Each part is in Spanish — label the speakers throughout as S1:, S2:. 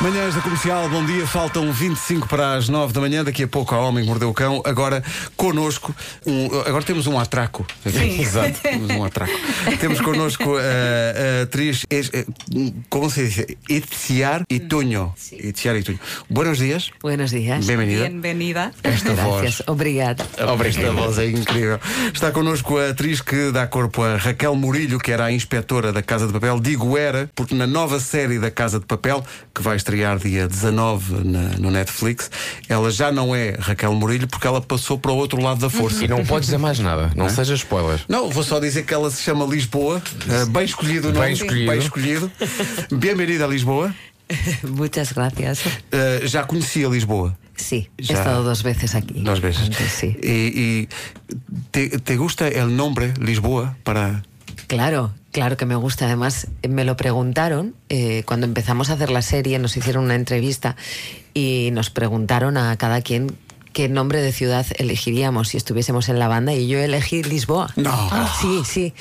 S1: Manhãs da Comercial, bom dia. Faltam 25 para as 9 da manhã. Daqui a pouco a Homem que Mordeu o Cão. Agora, connosco, um- agora temos um atraco.
S2: Sim.
S1: Exato, temos um atraco. temos connosco a, a atriz, es- eh, como se diz? Itziar Itunho. Itziar Itunho. Buenos dias.
S3: Buenos días.
S1: Bem-vinda.
S2: Bienvenida.
S1: Esta voz.
S3: Gracias. Obrigada.
S1: Esta voz é incrível. Está connosco a atriz que dá corpo a Raquel Murilho, que era a inspetora da Casa de Papel. Digo era, porque na nova série da Casa de Papel, que vai estrear dia 19 na- no Netflix, ela já não é Raquel Murilho, porque ela passou para o outro lado da força.
S4: E não podes dizer mais nada, não seja spoiler.
S1: Não, vou só dizer que ela se chama Lisboa, eh, bem escolhido o nome,
S4: Bem escolhido.
S1: bem escolhido. Bem-vinda a Lisboa.
S3: Muchas gracias.
S1: Eh, já conhecia Lisboa.
S3: Sí,
S1: Ya.
S3: he estado dos veces aquí.
S1: Dos veces.
S3: Antes, Sí.
S1: Y, y te, te gusta el nombre Lisboa para
S3: Claro, claro que me gusta. Además, eh, me lo preguntaron eh, cuando empezamos a hacer la serie, nos hicieron una entrevista y nos preguntaron a cada quien qué nombre de ciudad elegiríamos si estuviésemos en la banda y yo elegí Lisboa. Ah,
S1: No. Ah.
S3: Sí, sí.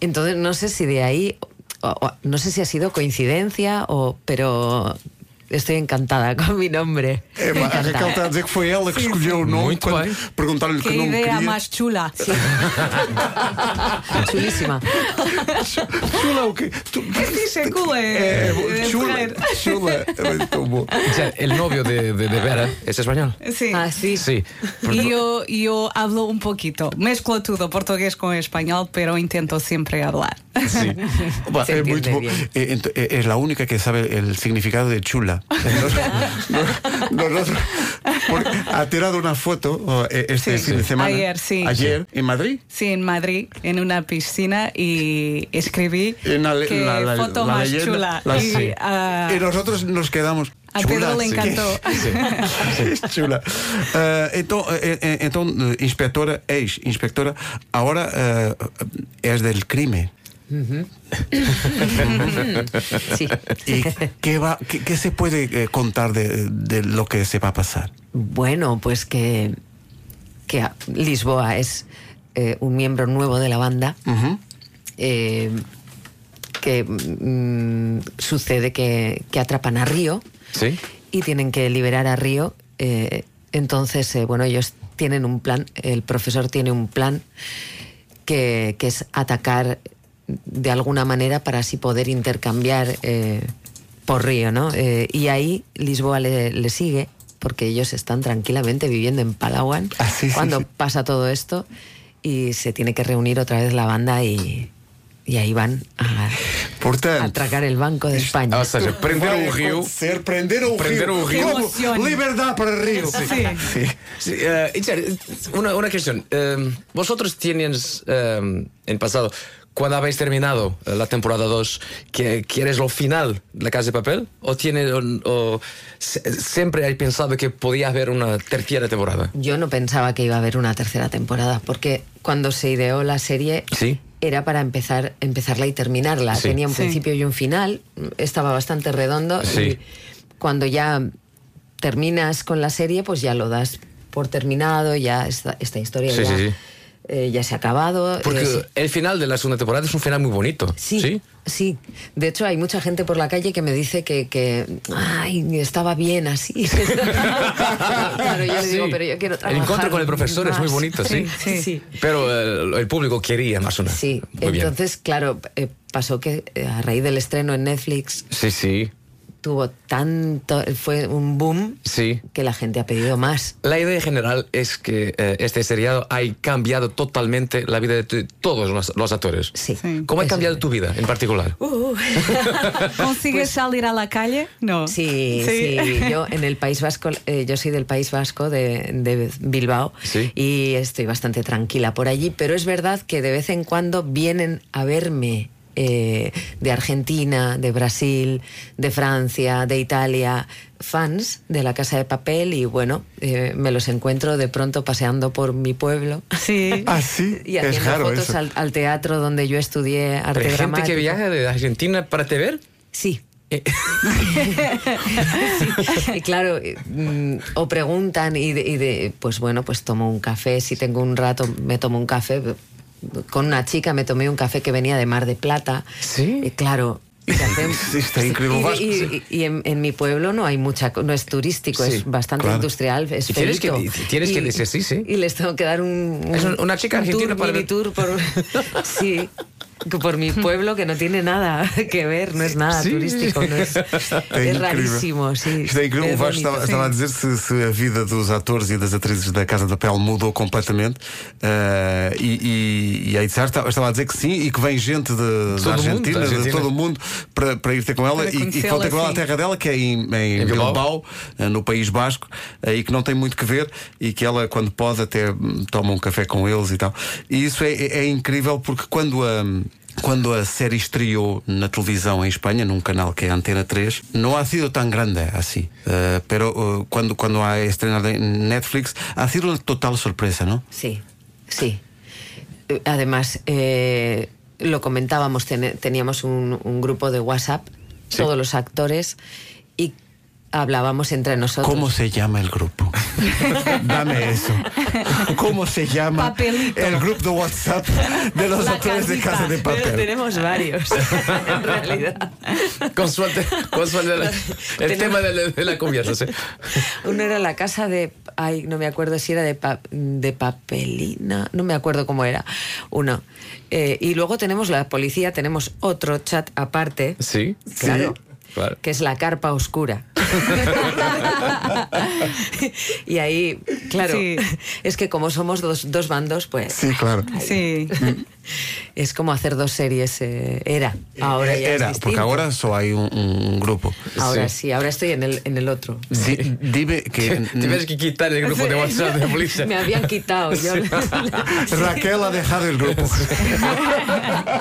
S3: Entonces, no sé si de ahí, o- o- no sé si ha sido coincidencia o, pero estoy encantada con mi nombre.
S1: É, pá, a
S3: Encantada.
S1: Raquel está a dizer que foi ela que escolheu o nome
S4: Muito
S1: quando
S4: bem.
S1: perguntaram-lhe que,
S2: Que
S1: nome
S2: idea
S1: queria.
S2: más chula.
S3: Chulísima.
S1: Chula o quê? Tu-
S2: dice chula,
S1: É,
S2: eh,
S1: é, chula,
S2: mulher.
S1: chula. É tão bom.
S4: Ya, el novio de, de, de Vera es español.
S2: Sí.
S3: Ah, sí.
S4: Sí.
S2: Y
S4: Porque-
S2: yo, yo hablo un poquito, mezclo todo portugués con español, pero intento siempre hablar.
S4: sí.
S1: Pá,
S3: Se
S1: é
S3: entende
S1: muito bom. Eh,
S3: bien.
S1: É, ent- é, é a única que sabe el significado de chula. Nos- nos- Nosotros, porque ha tirado una foto oh, eh, este
S2: Sí.
S1: fin de semana.
S2: Ayer, sí.
S1: Ayer, en Madrid.
S2: Sí, en Madrid, en una piscina, y escribí
S1: En Eh, la,
S2: que
S1: la- la-
S2: foto
S1: la
S2: más
S1: leyenda-
S2: chula.
S1: la-
S2: y
S1: sí.
S2: ah,
S1: Y nosotros nos quedamos.
S2: a
S1: chula,
S2: Pedro le
S1: sí.
S2: encantó.
S1: Es chula. Eh, então, eh, eh, então, eh, inspectora, ex-inspectora, agora eh, és del crime.
S3: Sí.
S1: ¿Y qué, va, qué, qué se puede eh, contar de, de lo que se va a pasar?
S3: Bueno, pues que, que a- Lisboa es eh, un miembro nuevo de la banda. eh, que mm, sucede que, que atrapan a Río
S4: Sí.
S3: y tienen que liberar a Río. eh, entonces, eh, bueno, ellos tienen un plan, el profesor tiene un plan que, que es atacar de alguna manera para así poder intercambiar eh, por Río, ¿no? Eh, y ahí Lisboa le, le sigue porque ellos están tranquilamente viviendo en Palawan
S1: Ah, sí, sí,
S3: cuando
S1: sí.
S3: pasa todo esto y se tiene que reunir otra vez la banda y, y ahí van a, a
S1: Portanto,
S3: atracar el Banco de España.
S4: Ou seja, prenderam o rio.
S1: Ser, prenderam o
S4: Prenderam
S1: rio.
S4: o rio.
S1: Como
S2: Que emocione.
S1: Liberdade para Rio.
S2: Sí.
S1: Sí.
S4: Sí, eh, y, Cher, una, una cuestión. Eh, vosotros tienes eh, en pasado, cuando habéis terminado eh, la temporada 2, que, ¿quieres lo final de la Casa de Papel? ¿O, tiene, o, o se- siempre hay pensado que podía haber una tercera temporada?
S3: Yo no pensaba que iba a haber una tercera temporada, porque cuando se ideó la serie
S4: Sí.
S3: era para empezar, empezarla y terminarla.
S4: Sí.
S3: Tenía un
S2: Sí.
S3: principio y un final, estaba bastante redondo.
S4: Sí.
S3: Y cuando ya terminas con la serie, pues ya lo das por terminado, ya esta, esta historia
S4: Sí,
S3: ya,
S4: sí, sí.
S3: eh, ya se ha acabado.
S4: Porque
S3: eh, sí.
S4: el final de la segunda temporada es un final muy bonito.
S3: Sí,
S4: ¿Sí?
S3: sí. De hecho, hay mucha gente por la calle que me dice que, que, ay, estaba bien así. claro, yo le digo,
S4: Sí.
S3: pero yo quiero
S4: El
S3: trabajar.
S4: encuentro con el profesor es muy
S3: más".
S4: bonito, sí.
S2: Sí, sí.
S4: Pero eh, el, el público quería más una.
S3: Sí,
S4: Muy bien.
S3: entonces, claro, eh, pasó que eh, a raíz del estreno en Netflix
S4: Sí, sí.
S3: tuvo tanto, fue un boom
S4: Sí.
S3: que la gente ha pedido más.
S4: La idea general es que eh, este seriado ha cambiado totalmente la vida de t- todos los, los actores.
S3: Sí.
S2: Sí.
S4: ¿Cómo ha
S3: Eso
S4: cambiado
S3: es.
S4: tu vida en particular?
S2: ¿Consigues
S1: pues-
S2: salir a la calle? No.
S3: Sí, sí, Yo en el País Vasco, eh, yo soy del País Vasco, de, de Bilbao,
S4: Sí.
S3: y estoy bastante tranquila por allí. Pero es verdad que de vez en cuando vienen a verme eh, de Argentina, de Brasil, de Francia, de Italia, fans de la Casa de Papel, y bueno, eh, me los encuentro de pronto paseando por mi pueblo.
S2: Sí.
S1: Ah, sí.
S3: Y
S1: es
S3: haciendo
S1: raro
S3: fotos
S1: eso.
S3: al, al teatro donde yo estudié arte
S4: ¿Hay gente que
S3: dramático.
S4: viaja de Argentina para te ver?
S3: Sí,
S4: Eh,
S3: Y claro, eh, mm, o preguntan y de, y de, pues bueno, pues tomo un café, si tengo un rato me tomo un café. Con una chica me tomé un café que venía de Mar de Plata.
S4: Sí.
S3: Y claro, Y se hacen-
S1: Sí, está increíble.
S3: Y, de-
S1: Vasco,
S3: y-
S1: sí.
S3: y en, en mi pueblo no hay mucha, co- no es turístico,
S4: Sí,
S3: es bastante
S1: claro.
S3: industrial, es
S4: Y tienes que-
S3: feíto.
S4: y tienes que decir sí, sí.
S3: Y les tengo que dar un,
S4: Es un- una chica
S3: un tour,
S4: argentina para
S3: mini
S4: ver-
S3: tour por, sí, que por mi pueblo que no tiene nada que ver, no es nada
S4: Sí.
S3: turístico, no es,
S1: Está
S3: es
S1: É incrível.
S3: rarísimo, sí.
S1: Isto é incrível.
S3: Es
S1: o Vasco
S3: bonito.
S1: estava, estava a dizer se, se a vida dos atores e das atrizes da Casa da Pele mudou completamente. Ah, e, e, e a Itzar estava, estava a dizer que sim e que vem gente de- da,
S4: mundo,
S1: Argentina,
S4: da
S1: de
S4: Argentina.
S1: todo o mundo, para, para ir ter com ela
S2: Para
S1: e, e que vão
S2: conhecê-la,
S1: ter com ela a
S2: sim.
S1: terra dela, que é em, em
S4: Em Bilbao.
S1: Bilbao, ah, no País Basco, ah, e que não tem muito que ver e que ela, quando pode, até hum, toma um café com eles e tal. E isso é, é- é incrível porque quando a. Quando a série estreou na televisão em Espanha, num canal que é Antena 3, não ha sido tan grande así. Eh, pero eh, cuando, cuando ha estrenado en Netflix, ha sido una total sorpresa, ¿no?
S3: Sí, sí. Eh, Además, eh, lo comentábamos, ten- teníamos un, un grupo de WhatsApp,
S4: Sí.
S3: todos los actores, y hablábamos entre nosotros.
S1: ¿Cómo se llama el grupo? Dame eso. ¿Cómo se llama
S2: Papelito.
S1: el grupo de WhatsApp de los
S2: La
S1: actores de
S2: carnita.
S1: Casa de
S3: Pero
S1: Papel?
S3: tenemos varios, en realidad.
S4: Consuante, consuante la- el
S3: Tenemos-
S4: tema de la, de la conversa. sí.
S3: Uno era la casa de. Ay, no me acuerdo si era de, pa- de papelina. No me acuerdo cómo era. Uno. Eh, y luego tenemos la policía, tenemos otro chat aparte.
S4: Sí.
S3: Claro.
S4: Claro.
S3: Que es la carpa oscura. y ahí, claro,
S2: Sí.
S3: es que como somos dos, dos bandos, pues
S1: Sí, claro.
S2: Sí.
S3: es como hacer dos series. eh, era, ahora ya es
S1: Era, porque
S3: distinto.
S1: ahora solo hay un, un grupo.
S3: Ahora
S4: Sí.
S3: sí. ahora estoy en el, en el otro.
S1: Di- dime
S4: Tienes
S1: que
S4: que quitar el grupo de WhatsApp de policía.
S3: é, Me habían quitado. Yo,
S1: Raquel ha dejado el grupo.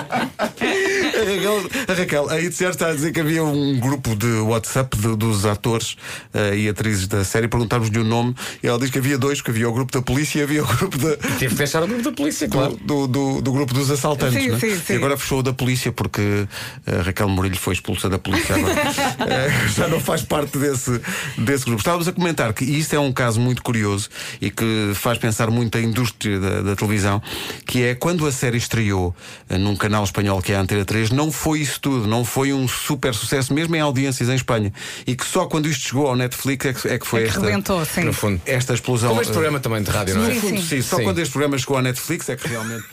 S1: A Raquel, a Raquel, a Itziar está a dizer que havia um grupo de WhatsApp de- dos atores eh, e atrizes da série. Perguntámos-lhe o nome e ela diz que havia dois: que havia o grupo da polícia e havia o grupo da-
S4: Tive que fechar o grupo de polícia,
S1: do,
S4: claro.
S1: do- do- do grupo dos assaltantes.
S2: Sim,
S1: né?
S2: sim, sim.
S1: E agora fechou o da polícia porque eh, Raquel Murilho foi expulsa da polícia agora. Eh, já não faz parte desse, desse grupo. Estávamos a comentar que isto é um caso muito curioso e que faz pensar muito a indústria da, da televisão, que é quando a série estreou eh, num canal espanhol que é a Antena 3, não foi isso tudo, não foi um super sucesso, mesmo em audiências em Espanha. E que só quando isto chegou ao Netflix é que, é que foi
S2: É que
S1: esta,
S2: rebentou, sim.
S4: No fundo.
S1: esta explosão.
S4: Como este
S1: eh,
S4: programa também de rádio, não
S1: no
S4: é?
S2: Sim,
S1: fundo, sim.
S2: sim.
S1: Só
S4: Sim.
S1: quando este programa chegou à Netflix é que realmente.